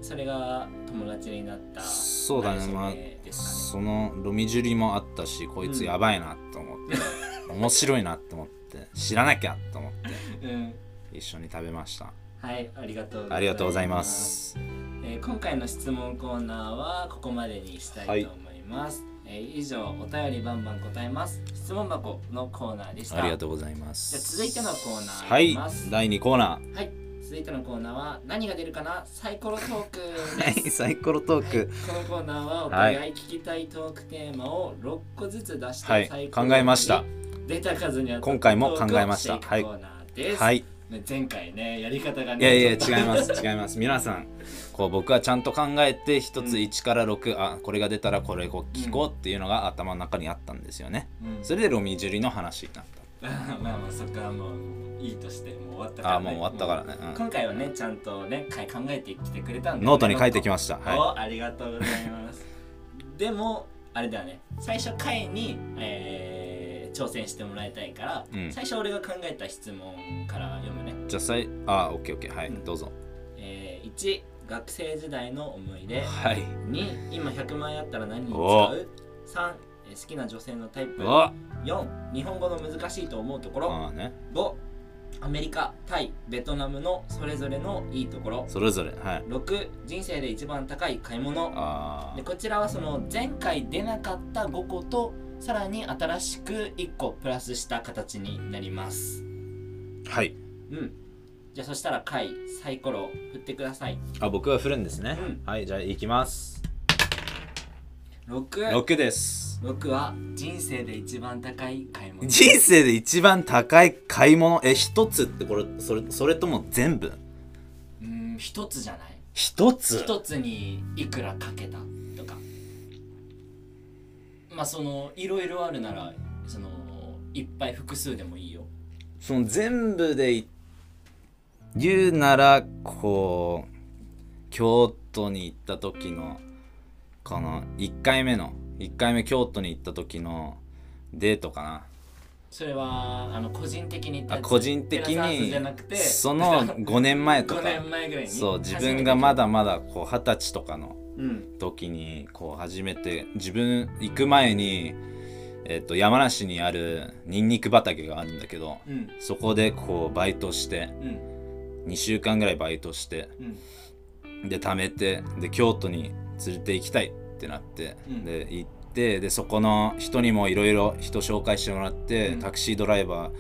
Speaker 1: そ
Speaker 2: うん
Speaker 1: れが友達になった
Speaker 2: そうだねまあ
Speaker 1: 馴れ初めですか
Speaker 2: そのロミジュリもあったしこいつやばいなと思って、面白いなと思って知らなきゃと思って
Speaker 1: ねうん
Speaker 2: 一緒に食べました
Speaker 1: はいありがとう
Speaker 2: ありがとうございます
Speaker 1: えー今回の質問コーナーはここまでにしたいと思います、えー以上お便りバンバン答えます質問箱のコーナーでした
Speaker 2: ありがとうございます
Speaker 1: じゃあ続いてのコーナー
Speaker 2: はいい
Speaker 1: きます
Speaker 2: 第2コ ーナ
Speaker 1: はい続いてのコーナーは何が出るかなサイコロトークです、
Speaker 2: ーはいサイコロトーク
Speaker 1: このコーナーはお互い聞きたいトークテーマを6個ずつ出して
Speaker 2: はい
Speaker 1: 最高
Speaker 2: 考
Speaker 1: に
Speaker 2: えました
Speaker 1: 出た数にあた
Speaker 2: 今回も考えまし
Speaker 1: は
Speaker 2: た
Speaker 1: いくコーナーです、
Speaker 2: はい
Speaker 1: ね前回ねやり方が
Speaker 2: い
Speaker 1: ね
Speaker 2: やいや違
Speaker 1: ちょっ
Speaker 2: います違います皆さんこう僕はちゃんと考えて一つ1から6、あこれが出たらこれを聞こうっていうのが頭の中にあったんですよね、
Speaker 1: とうん
Speaker 2: それでロミジュリの話になっ
Speaker 1: まあまあそこはもういいとしてもう終わったか
Speaker 2: た
Speaker 1: ら、
Speaker 2: あーもう終わったからね、うん
Speaker 1: 今回はねちゃんとねかい考えてきてくれたんで、
Speaker 2: ノートに書いてきました。
Speaker 1: はい、
Speaker 2: は
Speaker 1: おありがとうございます でもあれだよね最初回に、えー挑戦してもらいたいから、
Speaker 2: うん
Speaker 1: 最初俺が考えた質問から読むね
Speaker 2: い。じゃあさい、あ、オッケーオッケー。はい、
Speaker 1: うん
Speaker 2: どうぞ。
Speaker 1: えー1学生時代の思い出
Speaker 2: はい。
Speaker 1: 2今100万円あったら何に使
Speaker 2: お
Speaker 1: う3えー好きな女性のタイプ
Speaker 2: あ、
Speaker 1: 4日本語の難しいと思うところ
Speaker 2: まあね、
Speaker 1: 5アメリカタイベトナムのそれぞれのいいところ
Speaker 2: それぞれ。はい。
Speaker 1: 6人生で一番高い買い物
Speaker 2: あ
Speaker 1: でこちらはその前回出なかった5個とさらに新しく1個プラスした形になります
Speaker 2: あ、はい。
Speaker 1: うんじゃあそしたら回サイコロを振ってください
Speaker 2: あ、僕は振るんですね。
Speaker 1: うん
Speaker 2: はい、じゃあ行きます。
Speaker 1: 6
Speaker 2: 6です
Speaker 1: 六は人生で一番高い買い物
Speaker 2: 人生で一番高い買い物え一つってこれそれそれとも全部
Speaker 1: うーん一つじゃない
Speaker 2: 一つ
Speaker 1: 一つにいくらかけたとかまあそのいろいろあるならそのいっぱい複数でもいいよ
Speaker 2: その全部でい言うならこう京都に行った時のこの1回目の1回目京都に行った時のデートかな
Speaker 1: それはあの個人的に言った
Speaker 2: あ
Speaker 1: やつ
Speaker 2: 個人的
Speaker 1: テラスハウスじゃなく
Speaker 2: に
Speaker 1: て
Speaker 2: その5年前と
Speaker 1: 5
Speaker 2: か
Speaker 1: 年前ぐらいに
Speaker 2: そう自分がま
Speaker 1: だ
Speaker 2: だまだこう二十歳とかの
Speaker 1: うん
Speaker 2: 時にこう初めて自分行く前に、えっと山梨にあるニンニク畑があるんだけど
Speaker 1: うん
Speaker 2: そこでこうバイトして
Speaker 1: うん
Speaker 2: 2週間ぐらいバイトして
Speaker 1: うん
Speaker 2: で貯めてで京都に連れて行きたいってなって、
Speaker 1: うん
Speaker 2: で行ってでそこの人にもいろいろ人紹介してもらって、
Speaker 1: うん
Speaker 2: タクシードライバ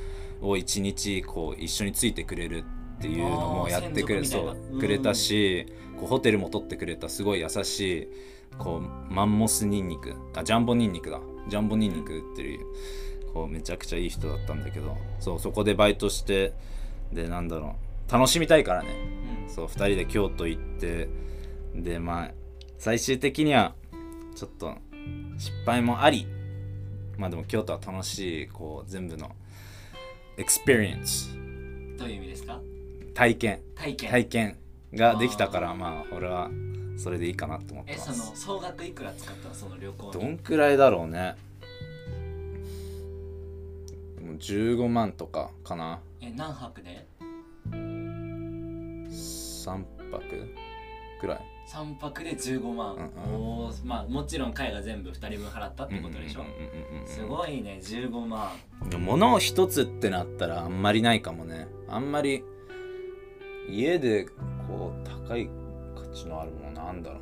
Speaker 2: ーを一日こう一緒についてくれるっていうのもやってく
Speaker 1: あー
Speaker 2: れ
Speaker 1: 専
Speaker 2: そ
Speaker 1: 属みたいなうん
Speaker 2: うくれたし、こうホテルも取ってくれたすごい優しいこうマンモスニンニクあジャンボニンニクだジャンボニンニク売ってる、こうめちゃくちゃいい人だったんだけどそうそこでバイトしてでなんだろう楽しみたいからね
Speaker 1: うん
Speaker 2: そう2人で京都行ってでまあ最終的にはちょっと失敗もありまあでも京都は楽しいこう全部のエクスペリエンス
Speaker 1: どういう意味ですか
Speaker 2: 体験
Speaker 1: 体験
Speaker 2: 体験ができたからまあ俺はそれでいいかなと思って
Speaker 1: え
Speaker 2: ま
Speaker 1: その
Speaker 2: す
Speaker 1: 総額いくら使ったのその旅行
Speaker 2: ど
Speaker 1: に
Speaker 2: んくらいだろうねもう15万とかかな
Speaker 1: え何泊で
Speaker 2: 3泊くらい
Speaker 1: 三泊で15万、
Speaker 2: うんうん
Speaker 1: おーまあもちろん会が全部2人分払ったってことでしょ、
Speaker 2: うんうんうんうんうんうん
Speaker 1: すごいね15万
Speaker 2: 物を一つってなったらあんまりないかもねあんまり家でこう高い価値のあるものなんだろ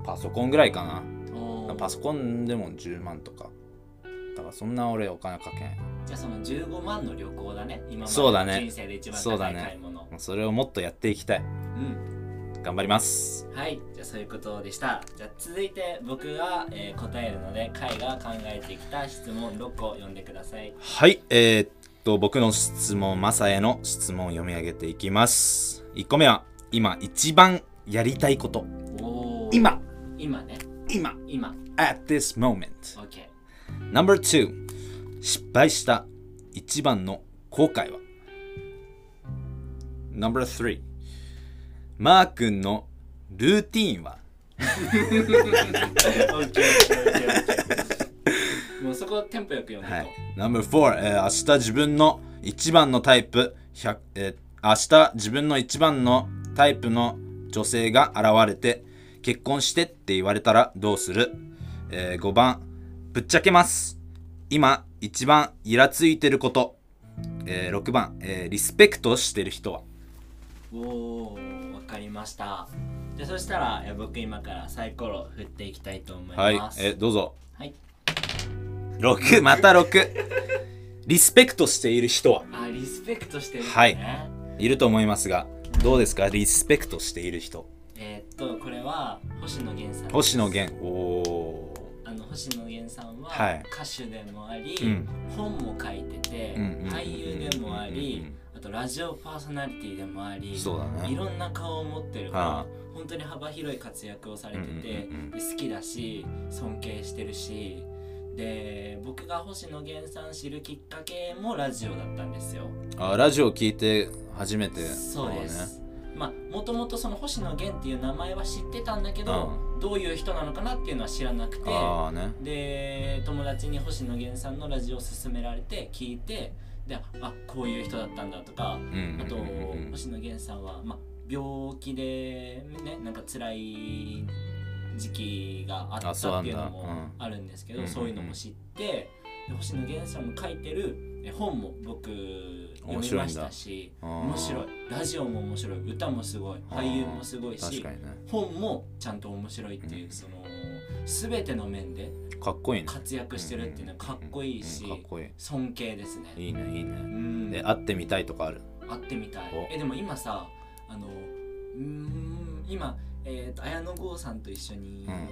Speaker 2: うパソコンぐらいか
Speaker 1: お
Speaker 2: な
Speaker 1: ー
Speaker 2: パソコンでも10万とかだからそんな俺お金かけん
Speaker 1: じゃあその15万の旅行だね今まで
Speaker 2: そうだね
Speaker 1: 人生で一番
Speaker 2: そう
Speaker 1: 高
Speaker 2: だ
Speaker 1: い
Speaker 2: ね
Speaker 1: 買い物う,、
Speaker 2: それをもっとやっていきたい頑張ります
Speaker 1: んはいじゃあそういうことでしたじゃあ続いて僕が、えー答えるので会が考えてきた質問6個読んでください
Speaker 2: はいえーっと僕の質問マサへの質問を読み上げていきます1個目は今一番やりたいこと
Speaker 1: おー
Speaker 2: 今
Speaker 1: 今ね
Speaker 2: 今
Speaker 1: 今
Speaker 2: at this moment
Speaker 1: OK
Speaker 2: Number 2失敗した一番の後悔は Number 3マー君のルーティーンは
Speaker 1: もうそこテンポよく読むと、
Speaker 2: はい Number 4、えー明日自分の一番のタイプ100、えー明日自分の一番のタイプの女性が現れて結婚してって言われたらどうする、えー、5番ぶっちゃけます今一番イラついてること、えー、6番、えーリスペクトしてる人は
Speaker 1: おーわかりましたじゃあそしたらえー僕今からサイコロ振っていきたいと思い
Speaker 2: はい
Speaker 1: ます
Speaker 2: えーどうぞ
Speaker 1: はい
Speaker 2: 6また6リスペクトしている人は
Speaker 1: あリスペクトしてるんです
Speaker 2: はい
Speaker 1: ね、
Speaker 2: いると思いますがどうですかリスペクトしている人
Speaker 1: えー、っとこれは星野源さんです
Speaker 2: 星野源おー
Speaker 1: あの星野源さんは
Speaker 2: はい
Speaker 1: 歌手でもあり、
Speaker 2: うん
Speaker 1: 本も書いてて、
Speaker 2: うんうんうんうんうん
Speaker 1: 俳優でもあ
Speaker 2: うんう
Speaker 1: り
Speaker 2: ん
Speaker 1: あとラジオパーソナリティでもあり
Speaker 2: そうだね
Speaker 1: いろんな顔を持ってるから、
Speaker 2: ああ
Speaker 1: 本当に幅広い活躍をされてて、
Speaker 2: うんうんうんうん
Speaker 1: で好きだし尊敬してるしで僕が星野源さん知るきっかけもラジオだったんですよ。
Speaker 2: あラジオ聞いて初めて
Speaker 1: そうで
Speaker 2: そ
Speaker 1: す。まあもともとその星野源っていう名前は知ってたんだけど、どういう人なのかなっていうのは知らなく
Speaker 2: う
Speaker 1: て
Speaker 2: ねああね
Speaker 1: で友達に星野源さんのラジオを勧められて聞いてであこういう人だったんだとか
Speaker 2: うん
Speaker 1: あと
Speaker 2: うんうんうん
Speaker 1: 星野源さんは、まあ、病気でねなんか辛い時期があった
Speaker 2: あそうな
Speaker 1: っ
Speaker 2: ん
Speaker 1: て
Speaker 2: だ
Speaker 1: いうのもあるんですけど
Speaker 2: うん
Speaker 1: そういうのも知ってで星野源さんも書いてるえ本も僕読
Speaker 2: 面
Speaker 1: み
Speaker 2: 白い
Speaker 1: ま
Speaker 2: んだ
Speaker 1: したし
Speaker 2: あー
Speaker 1: 面白いラジオも面白い歌もすごい
Speaker 2: あー
Speaker 1: 俳優もすごい
Speaker 2: 確
Speaker 1: し
Speaker 2: かにね
Speaker 1: 本もちゃんと面白いっていううんその全ての面で
Speaker 2: かっこいいね
Speaker 1: 活躍してるっていうのはかっこいいし
Speaker 2: うんうんかっこい
Speaker 1: 尊敬です
Speaker 2: い
Speaker 1: ね。
Speaker 2: いいねいいうね
Speaker 1: ん
Speaker 2: で会ってみたいとかある
Speaker 1: 会ってみたい
Speaker 2: お
Speaker 1: えでも今さあのうーん今えー、と綾野剛さんと一緒に、
Speaker 2: うん
Speaker 1: あの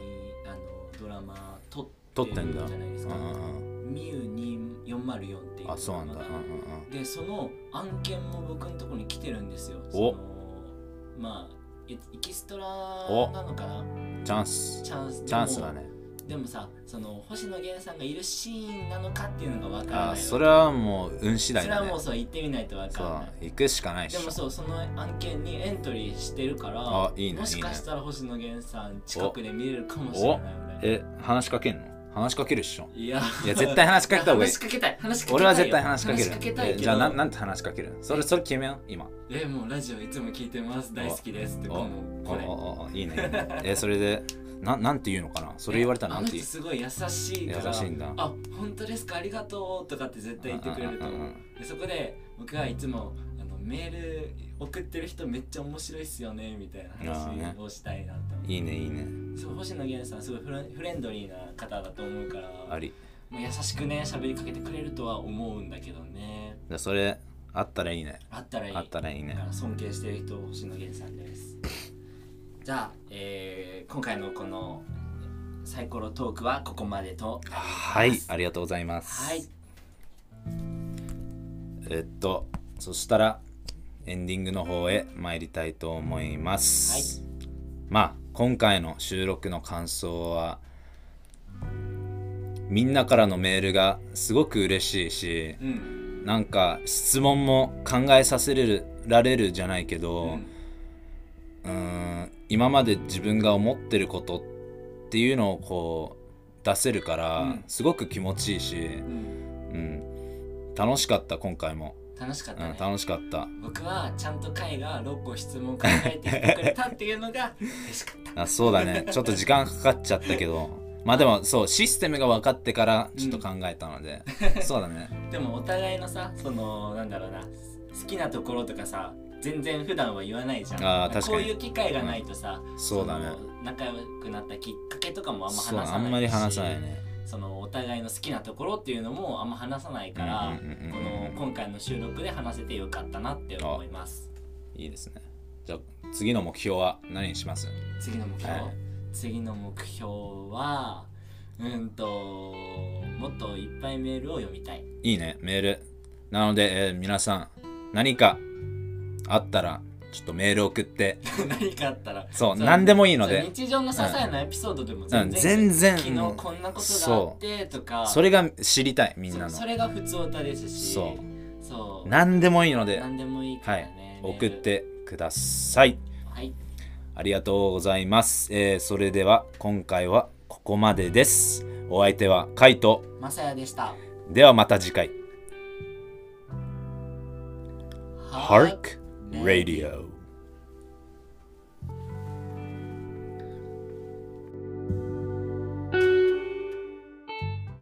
Speaker 1: ドラマ撮
Speaker 2: 撮
Speaker 1: っ
Speaker 2: っててんだ
Speaker 1: るじゃないですか
Speaker 2: うんうんうん
Speaker 1: 「ミュー404」っていう
Speaker 2: あそうなんだ
Speaker 1: ド
Speaker 2: う
Speaker 1: ラ
Speaker 2: ん
Speaker 1: マがでその案件も僕のところに来てるんですよ
Speaker 2: お
Speaker 1: そのまあエエキストラ
Speaker 2: お
Speaker 1: なのかな
Speaker 2: うんうんチャンス
Speaker 1: チャンス
Speaker 2: チャンス
Speaker 1: でも
Speaker 2: だね
Speaker 1: でもさその星野源さんがいるシーンなのかっていうのが分からない
Speaker 2: あ
Speaker 1: の
Speaker 2: それはもう運次第
Speaker 1: それ
Speaker 2: だ
Speaker 1: は
Speaker 2: ね
Speaker 1: もうそう言ってみないと分か
Speaker 2: そ
Speaker 1: ら
Speaker 2: う
Speaker 1: ない
Speaker 2: 行くしかないっし
Speaker 1: で
Speaker 2: ょ
Speaker 1: もそうその案件にエントリーしてるから
Speaker 2: あいいね
Speaker 1: もしかしたら星野源さん近くで見れるかもしれない俺
Speaker 2: え話しかけんの話しかけるっしょ
Speaker 1: いや
Speaker 2: いや絶対話しかけた方がいい
Speaker 1: 話しかけたい話しかけたいよ
Speaker 2: 俺は絶対話しかける
Speaker 1: 話しかけたいけ
Speaker 2: え
Speaker 1: ど
Speaker 2: じゃあななんて話しかけるそれそれ決めよう今
Speaker 1: えもうラジオいつも聞いてます大好きですって
Speaker 2: お
Speaker 1: このこれ
Speaker 2: おおおいいねいいねえそれでななんて言うのかなそれ言われたら
Speaker 1: あ
Speaker 2: なん
Speaker 1: の
Speaker 2: て
Speaker 1: 人
Speaker 2: 言う
Speaker 1: すごい優しいから
Speaker 2: 優しいんだ
Speaker 1: あ本当ですかありがとうとかって絶対言ってくれると
Speaker 2: うんうんう
Speaker 1: 思
Speaker 2: んう
Speaker 1: うんでそこで僕はいつもあのメール送ってる人めっちゃ面白いっすよねみたいな
Speaker 2: あーね
Speaker 1: 話をしたいなと思って
Speaker 2: いいねいいね
Speaker 1: そう星野源さんすごいフレンフレンドリーな方だと思うから
Speaker 2: あり
Speaker 1: まあ優しくね喋りかけてくれるとは思うんだけどね
Speaker 2: じゃあそれあったらいいね
Speaker 1: あったらいい
Speaker 2: あったらいい
Speaker 1: だか
Speaker 2: ね
Speaker 1: ら尊敬してる人星野源さんです じゃあ、えー今回のこのサイコロトークはここまでと
Speaker 2: はいありがとうございます
Speaker 1: はい
Speaker 2: えっとそしたらエンディングの方へ参りたいと思います、まあ今回の収録の感想はみんなからのメールがすごく嬉しいし
Speaker 1: うん、
Speaker 2: なんか質問も考えさせれるられるじゃないけ
Speaker 1: う
Speaker 2: ど
Speaker 1: ん、
Speaker 2: うーん今まで自分が思ってることっていうのをこう出せるから、
Speaker 1: うん
Speaker 2: すごく気持ちいいし、
Speaker 1: うん
Speaker 2: うん、楽しかった今回も、
Speaker 1: 楽しかっ
Speaker 2: う
Speaker 1: た
Speaker 2: ん、
Speaker 1: ね、
Speaker 2: 楽しかった
Speaker 1: 僕はちゃんと会が6個質問考えてきてくれたっていうのが嬉しかった
Speaker 2: あそうだ ねちょっと時間かかっちゃったけどまあでもそうシステムが分かってからちょっと考えたので、そうだね
Speaker 1: でもお互いのさそのなんだろうな好きなところとかさ全然普段は言わないじゃん
Speaker 2: あー確かに
Speaker 1: こういう機会がないとさ、
Speaker 2: そうだね
Speaker 1: その仲良くなったきっかけとかもあんま話さ
Speaker 2: そう
Speaker 1: ないし
Speaker 2: あんまり話さないね
Speaker 1: そのお互いの好きなところっていうのもあんま話さないか
Speaker 2: うん
Speaker 1: ら
Speaker 2: うんうん
Speaker 1: こ
Speaker 2: うん
Speaker 1: の今回の収録で話せてよかったなって思います
Speaker 2: いいですねじゃあ次の目標は何にします
Speaker 1: 次の目標、
Speaker 2: はい
Speaker 1: 次の目標はうんともっといっぱいメールを読みたい
Speaker 2: いいねメールなので、えー皆さん何かあったらちょっとメール送って
Speaker 1: 何かあったら
Speaker 2: そう
Speaker 1: の
Speaker 2: 何でもいいので
Speaker 1: そう日常の些細なエピソードでも
Speaker 2: うん
Speaker 1: 全然,、
Speaker 2: 全然
Speaker 1: 昨
Speaker 2: も
Speaker 1: 日
Speaker 2: う
Speaker 1: こんなことがあってとか
Speaker 2: それが知りたいみんなの
Speaker 1: そそれが普通歌ですし
Speaker 2: そ
Speaker 1: そう
Speaker 2: 何でもいいので
Speaker 1: 何でもいいからね、メー
Speaker 2: 送
Speaker 1: ル
Speaker 2: ってください
Speaker 1: はい
Speaker 2: ありがとうございます、えーそれでは今回はここまでですお相手はカイト
Speaker 1: まさやでした
Speaker 2: ではまた次回 Hark Radio